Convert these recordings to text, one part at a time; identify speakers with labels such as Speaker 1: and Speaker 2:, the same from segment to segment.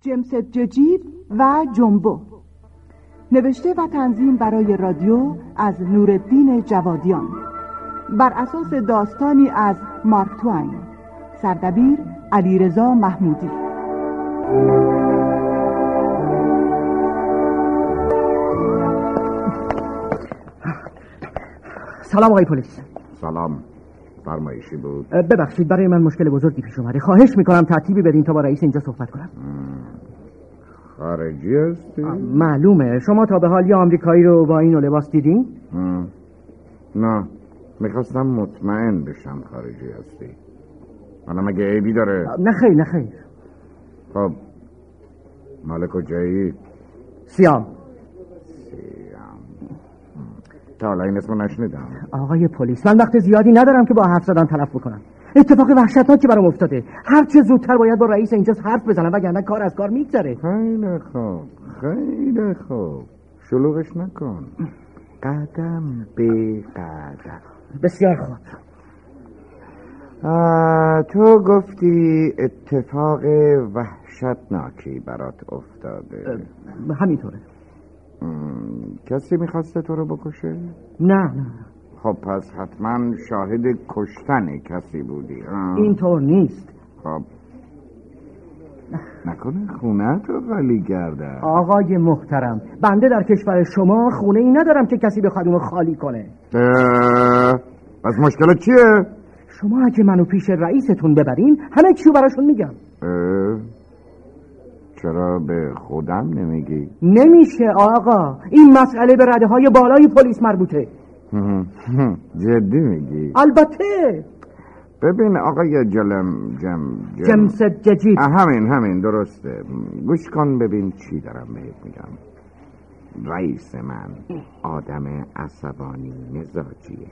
Speaker 1: جمس ججید و جنبو نوشته و تنظیم برای رادیو از نوردین جوادیان بر اساس داستانی از مارک توین سردبیر علیرضا محمودی
Speaker 2: سلام آقای پلیس
Speaker 3: سلام فرمایشی بود
Speaker 2: اه، ببخشید برای من مشکل بزرگی پیش اومده خواهش میکنم ترتیبی بدین تا با رئیس اینجا صحبت کنم
Speaker 3: خارجی هستی؟
Speaker 2: معلومه شما تا به حال یه آمریکایی رو با این و لباس دیدین
Speaker 3: م. نه میخواستم مطمئن بشم خارجی هستی منم اگه عیبی داره
Speaker 2: اه، نه خیر نه خیر
Speaker 3: خب مال کجایی
Speaker 2: سیام
Speaker 3: تا حالا این اسمو نشنیدم
Speaker 2: آقای پلیس من وقت زیادی ندارم که با حرف زدن تلف بکنم اتفاق وحشتناکی برام افتاده هر چه زودتر باید با رئیس اینجا حرف بزنم وگرنه کار از کار میگذره
Speaker 3: خیلی خوب خیلی خوب شلوغش نکن قدم به قدم
Speaker 2: بسیار خوب
Speaker 3: آه، تو گفتی اتفاق وحشتناکی برات افتاده
Speaker 2: همینطوره
Speaker 3: م، کسی میخواسته تو رو بکشه؟
Speaker 2: نه نه
Speaker 3: خب پس حتما شاهد کشتن کسی بودی آه.
Speaker 2: اینطور نیست
Speaker 3: خب نکنه خونه رو خالی کرده
Speaker 2: آقای محترم بنده در کشور شما خونه ای ندارم که کسی بخواد اونو خالی کنه
Speaker 3: اه، پس مشکل چیه؟
Speaker 2: شما اگه منو پیش رئیستون ببرین همه چیو براشون میگم
Speaker 3: اه، چرا به خودم نمیگی؟
Speaker 2: نمیشه آقا این مسئله به رده های بالای پلیس مربوطه
Speaker 3: جدی میگی؟
Speaker 2: البته
Speaker 3: ببین آقای جلم جم جم-
Speaker 2: جمس ججید
Speaker 3: آه، همین همین درسته گوش کن ببین چی دارم بهت میگم رئیس من آدم عصبانی مزاجیه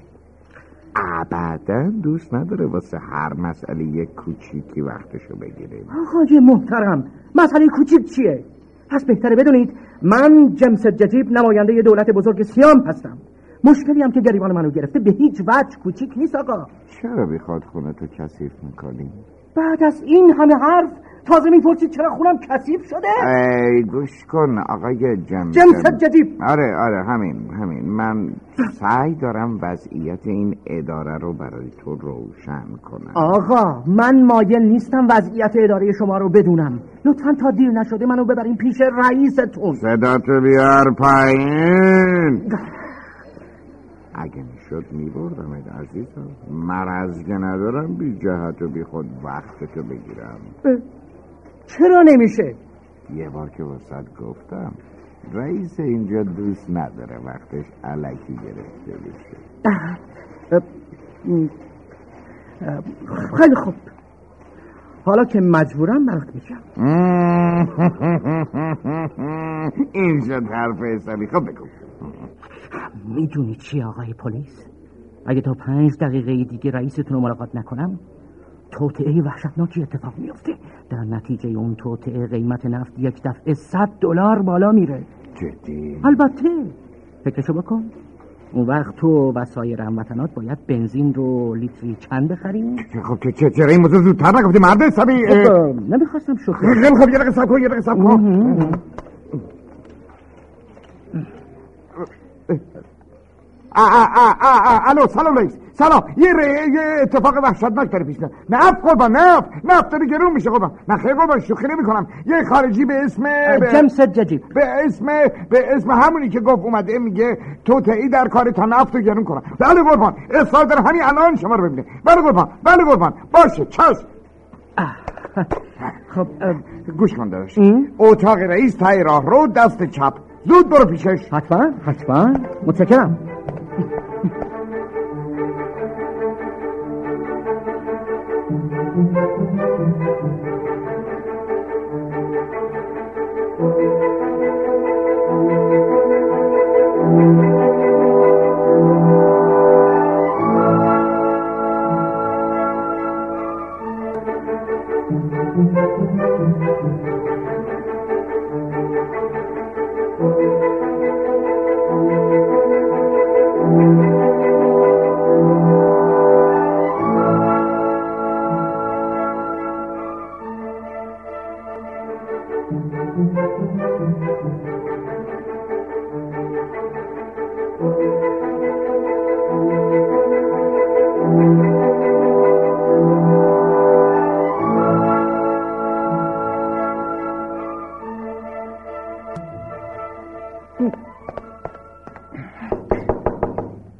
Speaker 3: ابدا دوست نداره واسه هر مسئله یک کوچیکی وقتشو بگیره
Speaker 2: آقای محترم مسئله کوچیک چیه پس بهتره بدونید من جمس ججیب نماینده ی دولت بزرگ سیام هستم مشکلی هم که گریبان منو گرفته به هیچ وجه کوچیک نیست آقا
Speaker 3: چرا بیخواد خونه تو کثیف میکنی؟
Speaker 2: بعد از این همه حرف تازه میپرسید چرا خونم کثیف شده
Speaker 3: ای گوش کن آقای جم
Speaker 2: جمس جدید
Speaker 3: آره آره همین همین من سعی دارم وضعیت این اداره رو برای تو روشن کنم
Speaker 2: آقا من مایل نیستم وضعیت اداره شما رو بدونم لطفا تا دیر نشده منو ببرین پیش رئیستون
Speaker 3: صداتو بیار پایین اگه میشد میبردمت عزیزم مرزگه ندارم بی جهت و بی خود وقتتو بگیرم
Speaker 2: اه، چرا نمیشه
Speaker 3: یه بار که واسد گفتم رئیس اینجا دوست نداره وقتش علکی گرفته بشه
Speaker 2: اه، م، اه، خیلی خوب حالا که مجبورم برات میشم
Speaker 3: این شد حرف حسابی خب بگو
Speaker 2: میدونی چی آقای پلیس اگه تا پنج دقیقه دیگه رئیستون رو ملاقات نکنم توطعه وحشتناکی اتفاق میفته در نتیجه اون توطعه قیمت نفت یک دفعه 100 دلار بالا میره
Speaker 3: جدی
Speaker 2: البته فکرشو بکن اون وقت تو و سایر هموطنات باید بنزین رو لیتری چند بخریم
Speaker 3: خب چه- چه- چرا این موضوع زودتر نگفتی مرد حسابی اه،
Speaker 2: خب، نمیخواستم شوخی
Speaker 3: خیلی خب یه دقیقه سب کن یه دقیقه سب کن آ، آ، آ، آ، آ، الو سلام رئیس سلام یه, ر- یه اتفاق وحشتناک داره پیش میاد نفت قربان نفت نفت داره گرون میشه قربان نه خیر قربان شوخی نمی کنم یه خارجی به اسم به-
Speaker 2: جمس ججیب
Speaker 3: به اسم به اسم همونی که گفت اومده میگه توتعی در کار تا نفت رو گرون کنم بله قربان اصرار داره همین الان شما رو ببینه بله قربان بله قربان باشه چشم
Speaker 2: خب اه،
Speaker 3: گوش کن داداش اتاق رئیس تای راه رو دست چپ زود برو پیشش
Speaker 2: حتما حتما متشکرم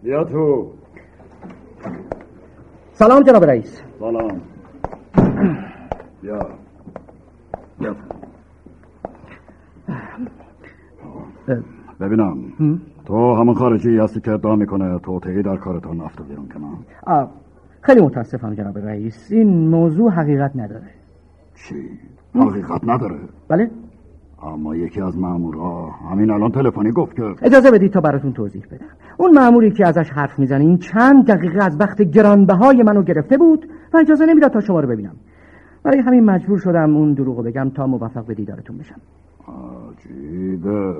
Speaker 4: بیا تو
Speaker 2: سلام جناب رئیس
Speaker 4: سلام بیا بیا ببینم تو همون خارجی هستی که ادعا میکنه توطعی در کارتان افتادیان که من
Speaker 2: آه، خیلی متاسفم جناب رئیس این موضوع حقیقت نداره
Speaker 4: چی حقیقت نداره
Speaker 2: بله
Speaker 4: اما یکی از مامورها همین الان تلفنی گفت که
Speaker 2: اجازه بدید تا براتون توضیح بدم اون مأموری که ازش حرف میزنین چند دقیقه از وقت گرانبهای منو گرفته بود و اجازه نمیداد تا شما رو ببینم برای همین مجبور شدم اون دروغو بگم تا موفق به دیدارتون بشم
Speaker 4: عجیبه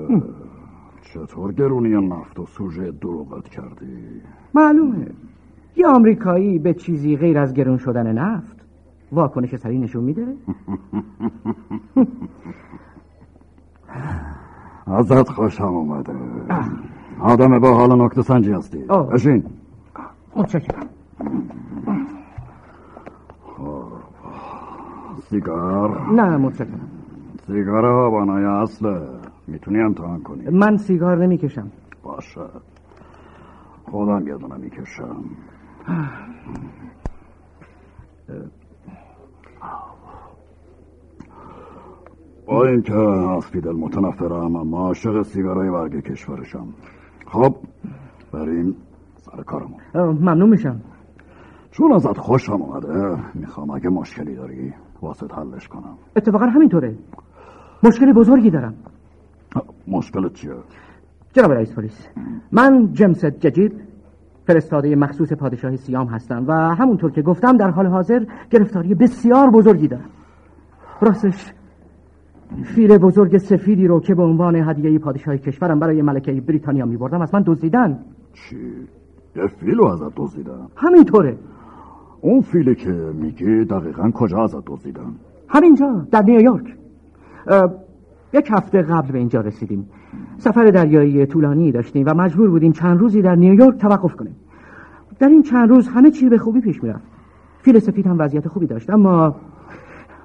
Speaker 4: چطور گرونی نفت و سوژه دروغت کردی
Speaker 2: معلومه یه آمریکایی به چیزی غیر از گرون شدن نفت واکنش سری نشون میده
Speaker 4: ازت خوشم اومده آدم با حال نکته سنجی هستی
Speaker 2: آه.
Speaker 4: بشین
Speaker 2: متشکرم
Speaker 4: سیگار
Speaker 2: نه متشکرم
Speaker 4: سیگار هاوانای اصله میتونی امتحان کنی
Speaker 2: من سیگار نمیکشم
Speaker 4: باشه خودم یه دونه میکشم با اینکه از فیدل متنفرم اما عاشق سیگارای برگ کشورشم خب بریم سر کارمون
Speaker 2: آه، ممنون میشم
Speaker 4: چون ازت خوشم اومده میخوام اگه مشکلی داری واسط حلش کنم
Speaker 2: اتفاقا همینطوره مشکل بزرگی دارم
Speaker 4: مشکلت چیه؟
Speaker 2: جناب رئیس پلیس من جیمس ججید فرستاده مخصوص پادشاه سیام هستم و همونطور که گفتم در حال حاضر گرفتاری بسیار بزرگی دارم راستش فیل بزرگ سفیدی رو که به عنوان هدیه پادشاه کشورم برای ملکه بریتانیا میبردم از من دزدیدن
Speaker 4: چی؟ یه فیلو ازت دزدیدم
Speaker 2: همینطوره
Speaker 4: اون فیلی که میگی دقیقا کجا ازت دزدیدم
Speaker 2: همینجا در نیویورک اه، یک هفته قبل به اینجا رسیدیم سفر دریایی طولانی داشتیم و مجبور بودیم چند روزی در نیویورک توقف کنیم در این چند روز همه چی به خوبی پیش میرفت فیل سفید هم وضعیت خوبی داشت اما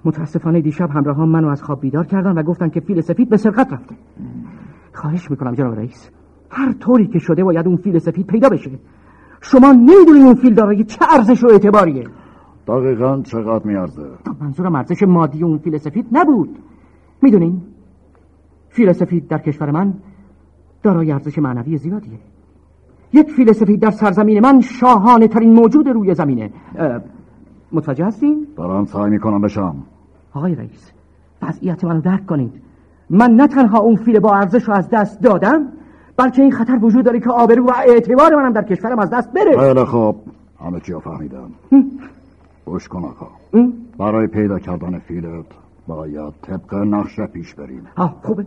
Speaker 2: متاسفانه دیشب همراهان منو از خواب بیدار کردن و گفتن که فیل سفید به سرقت رفته خواهش میکنم جناب رئیس هر طوری که شده باید اون فیل سفید پیدا بشه شما نمیدونید اون فیل دارایی چه ارزش و اعتباریه
Speaker 4: دقیقا چقدر میارزه
Speaker 2: منظورم ارزش مادی اون فیل سفید نبود میدونین فیل سفید در کشور من دارای ارزش معنوی زیادیه یک فیل سفید در سرزمین من شاهانه ترین موجود روی زمینه اه، متوجه هستین؟
Speaker 4: دارم سعی میکنم بشم
Speaker 2: آقای رئیس وضعیت منو درک کنید من نه تنها اون فیل با ارزش رو از دست دادم بلکه این خطر وجود داره که آبرو و اعتبار منم در کشورم از دست بره
Speaker 4: خیلی خوب همه چی رو فهمیدم گوش کن آقا برای پیدا کردن فیلت باید طبق نقشه پیش بریم
Speaker 2: آه خوبه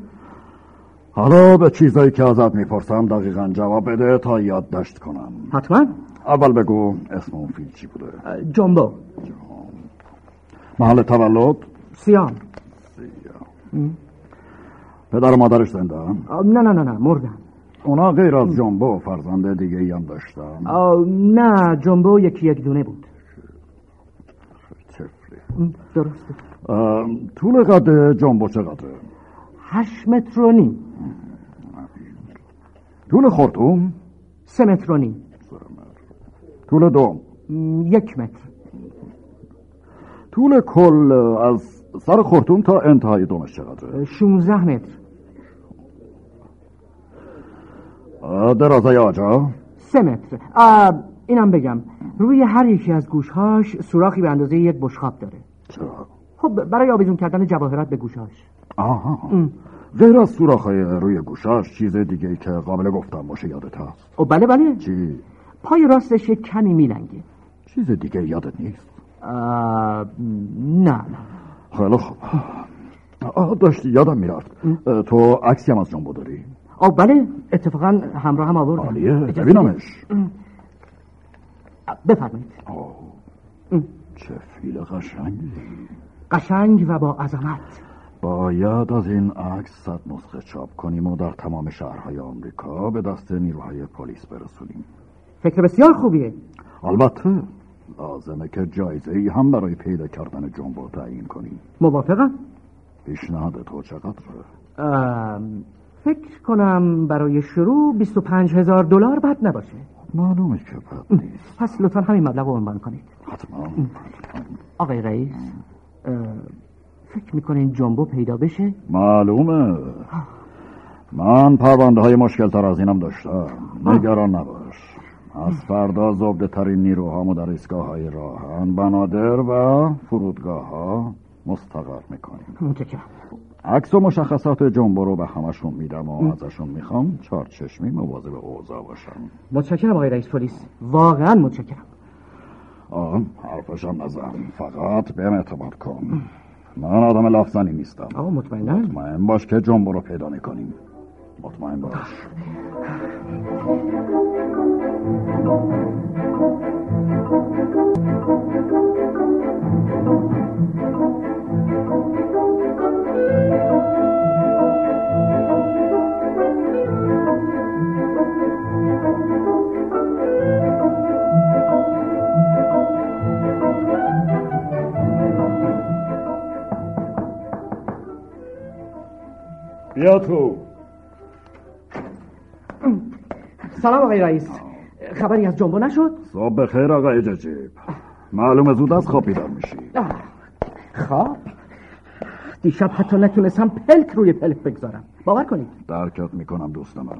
Speaker 4: حالا به چیزایی که ازت میپرسم دقیقا جواب بده تا یادداشت کنم
Speaker 2: حتما
Speaker 4: اول بگو اسم اون فیل چی بوده
Speaker 2: اه، جنبو
Speaker 4: محل تولد
Speaker 2: سیام
Speaker 4: پدر و مادرش زنده
Speaker 2: آه، نه نه نه نه مردم
Speaker 4: اونا غیر از جنبو فرزند دیگه هم داشتن
Speaker 2: آه، نه جنبو یکی یک دونه بود
Speaker 4: طفلی.
Speaker 2: درسته
Speaker 4: ام، طول قد جنبو چقدره
Speaker 2: هشت متر و نیم
Speaker 4: طول خورتوم
Speaker 2: سه متر و نیم
Speaker 4: طول دوم
Speaker 2: م، یک متر
Speaker 4: طول کل از سر خورتوم تا انتهای دومش چقدره
Speaker 2: شونزده متر
Speaker 4: اه، درازه آجا
Speaker 2: سه متر آه، اینم بگم روی هر یکی از گوشهاش سوراخی به اندازه یک بشخاب داره
Speaker 4: چرا
Speaker 2: خب برای آویزون کردن جواهرات به گوشهاش
Speaker 4: آها غیر از سوراخ‌های روی گوشاش چیز دیگه که قابل گفتن باشه یادت هست
Speaker 2: او بله بله
Speaker 4: چی
Speaker 2: پای راستش یک کمی میلنگه
Speaker 4: چیز دیگه یادت نیست
Speaker 2: آه، نه نه
Speaker 4: خیلی خب آه، داشتی یادم میرفت اه، تو عکسی هم از جنبو داری
Speaker 2: او بله اتفاقا همراه هم آوردم
Speaker 4: عالیه
Speaker 2: اجازه
Speaker 4: ببینمش
Speaker 2: بدید. بفرمایید
Speaker 4: آه، چه فیل قشنگی
Speaker 2: قشنگ و با عظمت
Speaker 4: باید از این عکس صد نسخه چاپ کنیم و در تمام شهرهای آمریکا به دست نیروهای پلیس برسونیم
Speaker 2: فکر بسیار خوبیه
Speaker 4: البته لازمه که جایزه ای هم برای پیدا کردن جنبو تعیین کنیم
Speaker 2: موافقم
Speaker 4: پیشنهاد تو چقدره
Speaker 2: ام، فکر کنم برای شروع 25 هزار دلار بد نباشه
Speaker 4: معلومه که بد نیست
Speaker 2: پس لطفا همین مبلغ رو عنوان کنید
Speaker 4: حتما
Speaker 2: آقای رئیس اه، فکر میکنین جامبو پیدا بشه؟
Speaker 4: معلومه من پرونده های مشکل تر از اینم داشتم نگران نباش از فردا زبده ترین نیروهامو در ایستگاه های راهن بنادر و فرودگاه ها مستقر میکنیم
Speaker 2: متشکرم
Speaker 4: عکس و مشخصات جنبو رو به همشون میدم و ازشون میخوام چارچشمی مواظب اوضاع باشم
Speaker 2: متشکرم آقای رئیس پلیس واقعا متشکرم
Speaker 4: آه حرفشم نزن فقط بهم اعتماد کن من آدم لافزنی نیستم
Speaker 2: آقا مطمئنا
Speaker 4: مطمئن باش که جنبو رو پیدا میکنیم مطمئن باش بیا تو
Speaker 2: سلام آقای رئیس خبری از جامبو نشد؟
Speaker 4: صبح بخیر آقای ججیب معلومه زود از خواب بیدار میشی
Speaker 2: آه، خب. خواب دیشب حتی نتونستم پلک روی پلک بگذارم باور کنید
Speaker 4: درکت میکنم دوست من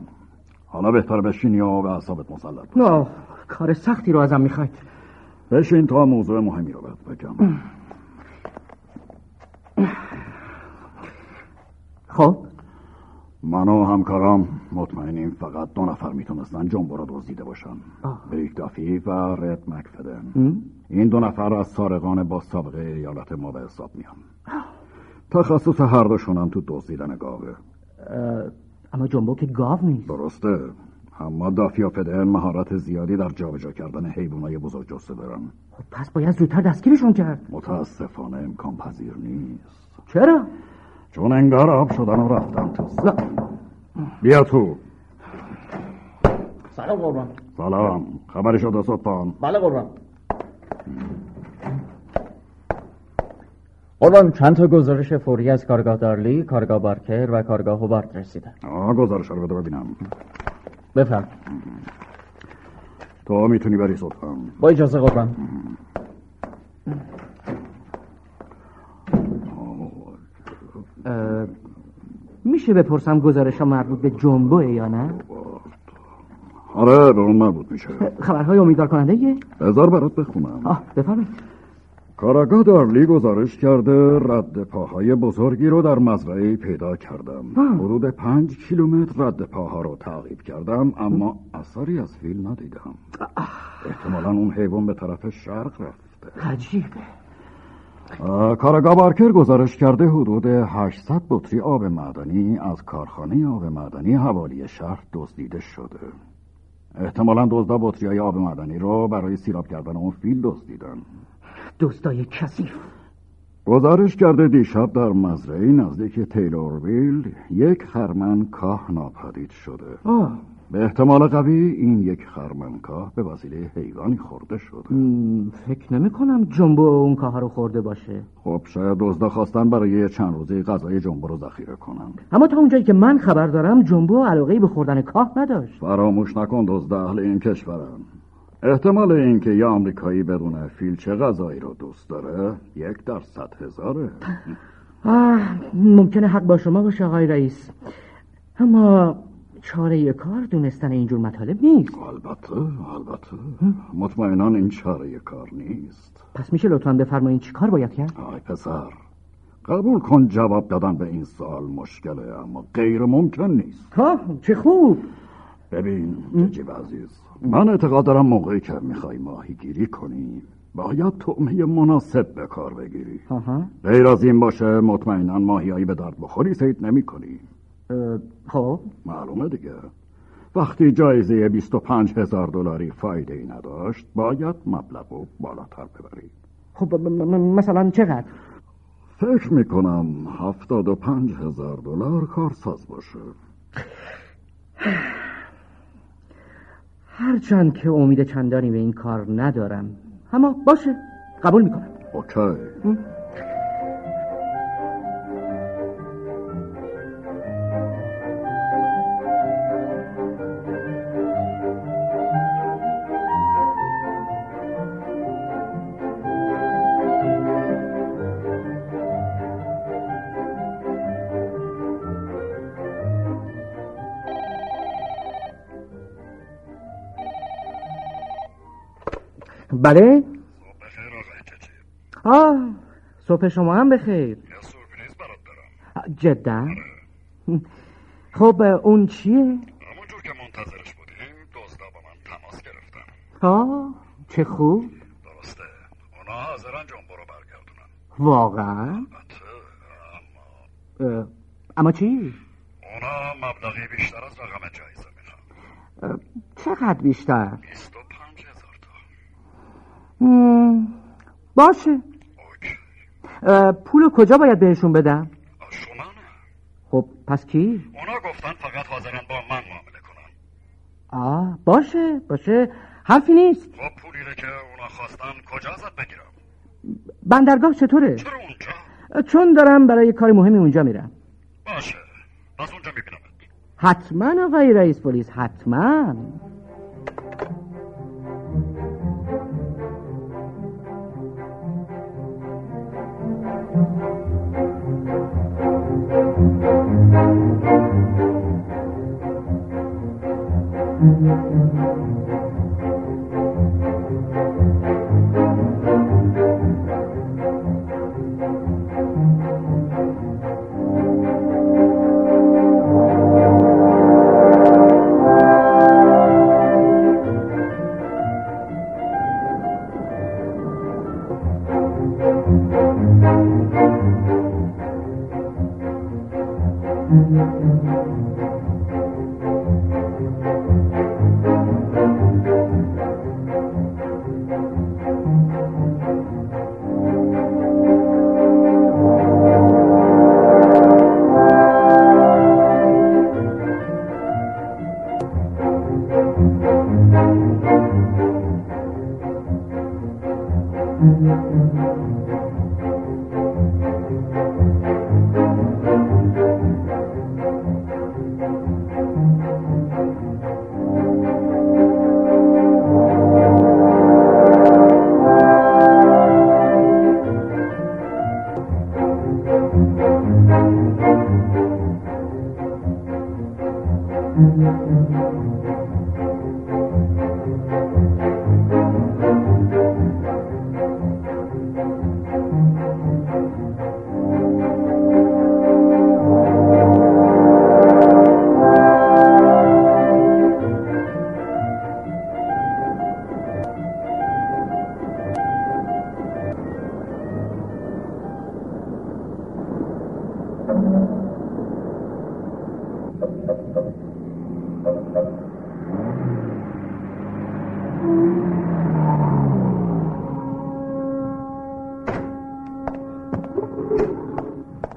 Speaker 4: حالا بهتر بشین یا به اعصابت مسلط باش.
Speaker 2: نه کار سختی رو ازم میخواید
Speaker 4: بشین تا موضوع مهمی رو بهت بگم
Speaker 2: خب
Speaker 4: من و همکارام مطمئنیم فقط دو نفر میتونستن جنبو رو دزدیده باشن
Speaker 2: آه.
Speaker 4: بریک دافی و رد مکفدن این دو نفر از سارقان با سابقه ایالت ما به حساب میان تخصص هر دوشون هم تو دزدیدن گاوه
Speaker 2: اه، اما جنبو که گاو نیست
Speaker 4: درسته اما دافی و فدرن مهارت زیادی در جابجا کردن حیوانای بزرگ جسته دارن
Speaker 2: خب پس باید زودتر دستگیرشون کرد
Speaker 4: متاسفانه امکان پذیر نیست
Speaker 2: چرا
Speaker 4: چون انگار آب شدن و رفتن تو بیا تو
Speaker 5: سلام قربان
Speaker 4: سلام خبری شده صبحان
Speaker 5: بله قربان قربان چند تا گزارش فوری از کارگاه دارلی، کارگاه بارکر و کارگاه هوبارت رسیده
Speaker 4: آه گزارش رو بده ببینم
Speaker 5: بفهم
Speaker 4: تو میتونی بری صبحان
Speaker 5: با اجازه قربان
Speaker 2: اه، میشه بپرسم گزارش ها مربوط به جنبوه یا نه
Speaker 4: آره به اون مربوط میشه
Speaker 2: خبرهای امیدوار کننده یه
Speaker 4: بذار برات بخونم
Speaker 2: آه بفرمایید
Speaker 4: کاراگاه دارلی گزارش کرده رد پاهای بزرگی رو در مزرعه پیدا کردم حدود پنج کیلومتر رد پاها رو تعقیب کردم اما اثری از فیل ندیدم احتمالا اون حیوان به طرف شرق رفته
Speaker 2: عجیبه
Speaker 4: آه، کارگاه بارکر گزارش کرده حدود 800 بطری آب معدنی از کارخانه آب معدنی حوالی شهر دزدیده شده احتمالا دزدا بطری های آب معدنی رو برای سیراب کردن اون فیل دزدیدن
Speaker 2: دوستای کثیف
Speaker 4: گزارش کرده دیشب در مزرعه نزدیک تیلورویل یک خرمن کاه ناپدید شده
Speaker 2: آه
Speaker 4: به احتمال قوی این یک خرمن کاه به وسیله حیوانی خورده شده
Speaker 2: م، فکر نمی کنم جنبو اون کاها رو خورده باشه
Speaker 4: خب شاید دزدا خواستن برای چند روزه غذای جنبه رو ذخیره کنن
Speaker 2: اما تا اونجایی که من خبر دارم جنبو علاقه به خوردن کاه نداشت
Speaker 4: فراموش نکن دزد اهل این کشورن احتمال اینکه یه آمریکایی بدون فیل چه غذایی رو دوست داره یک در صد هزاره
Speaker 2: آه ممکنه حق با شما باشه آقای رئیس اما چاره کار دونستن اینجور مطالب نیست
Speaker 4: البته البته مطمئنا این چاره کار نیست
Speaker 2: پس میشه لطفا بفرمایین چی کار باید کرد؟
Speaker 4: آی پسر قبول کن جواب دادن به این سوال مشکله اما غیر ممکن نیست
Speaker 2: کاه چه خوب
Speaker 4: ببین جیب عزیز من اعتقاد دارم موقعی که میخوای ماهیگیری کنی باید تعمه مناسب به کار بگیری
Speaker 2: آها
Speaker 4: غیر از این باشه مطمئنا ماهیایی به درد بخوری سید نمی کنی
Speaker 2: اه، خب
Speaker 4: معلومه دیگه وقتی جایزه 25 هزار دلاری فایده ای نداشت باید مبلغ رو بالاتر ببری
Speaker 2: خب م- م- مثلا چقدر
Speaker 4: فکر میکنم هفتاد و پنج هزار دلار کارساز باشه
Speaker 2: هرچند که امید چندانی به این کار ندارم اما باشه قبول میکنم
Speaker 4: اوکی
Speaker 2: بله
Speaker 4: بخیر آقای کتیب
Speaker 2: آه صبح شما هم بخیر
Speaker 4: یه سورپریز برات دارم
Speaker 2: جدا خب اون چیه
Speaker 4: همونجور که منتظرش بودیم دزدا با من تماس گرفتن
Speaker 2: آه چه خوب
Speaker 4: درسته اونا حاضرن جنبو رو برگردونن
Speaker 2: واقعا
Speaker 4: البته اما
Speaker 2: اه، اما چی
Speaker 4: اونا مبلغی بیشتر از رقم جایزه میخوان
Speaker 2: چقدر بیشتر
Speaker 4: بیست و پنج هزار تا
Speaker 2: مم، باشه
Speaker 4: اوکی
Speaker 2: اه، پول کجا باید بهشون بدم
Speaker 4: آه، شما نه
Speaker 2: خب پس کی
Speaker 4: اونا گفتن فقط حاضرن با من معامله کنن
Speaker 2: آه باشه باشه حرفی نیست
Speaker 4: خب پولی که اونا خواستن کجا ازت بگیرم
Speaker 2: بندرگاه چطوره
Speaker 4: چرا اونجا
Speaker 2: اه، چون دارم برای کار مهمی اونجا میرم
Speaker 4: باشه پس اونجا میبینمت
Speaker 2: حتما آقای رئیس پلیس حتما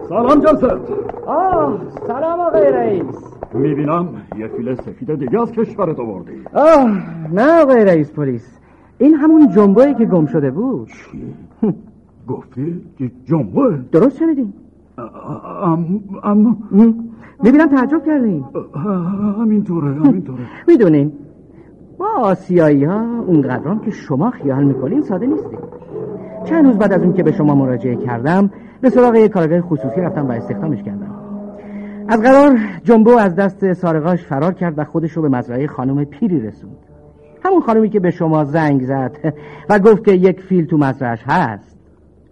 Speaker 4: سلام جلسه
Speaker 2: آه سلام آقای رئیس
Speaker 4: میبینم یه فیل سفید دیگه از کشورت آوردی
Speaker 2: آه نه آقای رئیس پلیس این همون جنبایی که گم شده بود
Speaker 4: چی؟ گفتی که جنبه
Speaker 2: درست شنیدین
Speaker 4: اما اما
Speaker 2: هم. میبینم تعجب کردین
Speaker 4: همینطوره همینطوره
Speaker 2: میدونین ما آسیایی ها اونقدرام که شما خیال میکنین ساده نیستیم چند روز بعد از اون که به شما مراجعه کردم به سراغ یک کارگاه خصوصی رفتم و استخدامش کردم از قرار جنبو از دست سارقاش فرار کرد و خودش رو به مزرعه خانم پیری رسوند همون خانومی که به شما زنگ زد و گفت که یک فیل تو مزرعش هست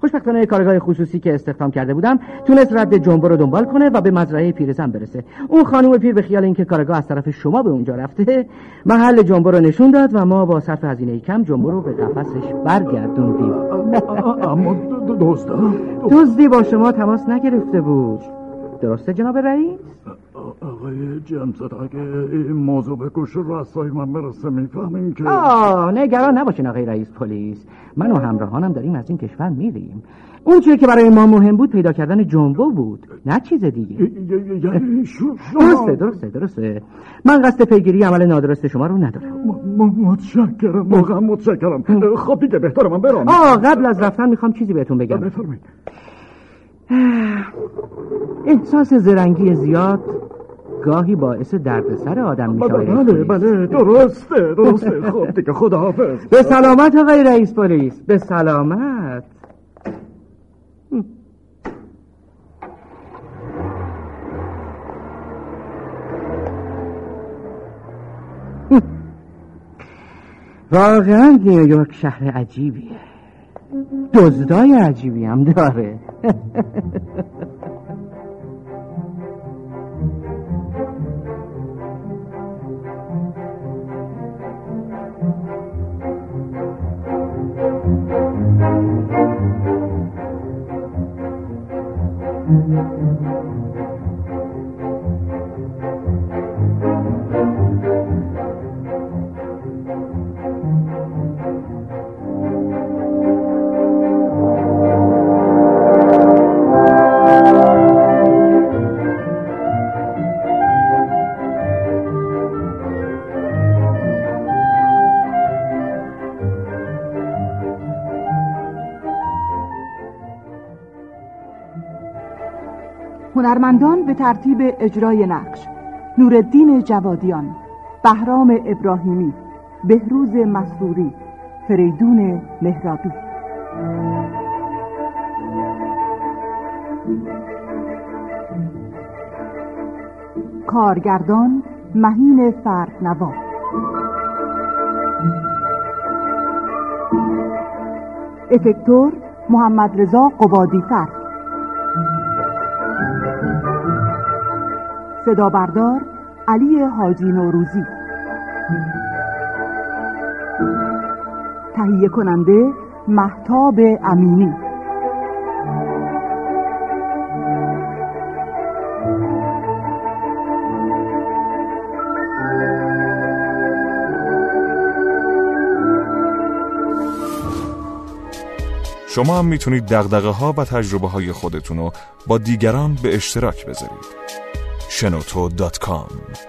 Speaker 2: خوشبختانه کارگاه خصوصی که استخدام کرده بودم تونست رد جنبو رو دنبال کنه و به مزرعه پیرزن برسه اون خانم پیر به خیال اینکه کارگاه از طرف شما به اونجا رفته محل جنبو رو نشون داد و ما با صرف هزینه کم جنبو رو به قفسش برگردوندیم
Speaker 4: اما دزدا
Speaker 2: دزدی با شما تماس نگرفته بود درسته جناب رئیس؟
Speaker 4: آقای جمزد اگه این موضوع به گوش راستای من برسه میفهمیم که
Speaker 2: آه نگران نباشین آقای رئیس پلیس من و همراهانم داریم از این کشور میریم اون چیزی که برای ما مهم بود پیدا کردن جنبو بود نه چیز دیگه
Speaker 4: ی- ی- ی- یعنی شو- شما
Speaker 2: درسته درسته درسته من قصد پیگیری عمل نادرست شما رو ندارم
Speaker 4: م- م- متشکرم واقعا متشکرم خب دیگه بهتره من برم
Speaker 2: آه قبل از رفتن میخوام چیزی بهتون بگم
Speaker 4: بفرمایید
Speaker 2: احساس زرنگی زیاد گاهی باعث دردسر آدم میشه آقای رئیس
Speaker 4: بله
Speaker 2: پلیس.
Speaker 4: بله درسته درسته خب دیگه خداحافظ
Speaker 2: به سلامت آقای رئیس پلیس به سلامت واقعا نیویورک شهر عجیبیه دزدای عجیبی هم داره
Speaker 1: هنرمندان به ترتیب اجرای نقش نوردین جوادیان بهرام ابراهیمی بهروز مسروری فریدون مهرابی کارگردان مهین فردنوا افکتور محمد رضا قبادی فرد صدا بردار علی حاجی نوروزی تهیه کننده محتاب امینی
Speaker 6: شما هم میتونید دقدقه ها و تجربه های خودتون رو با دیگران به اشتراک بذارید. شنوتو.com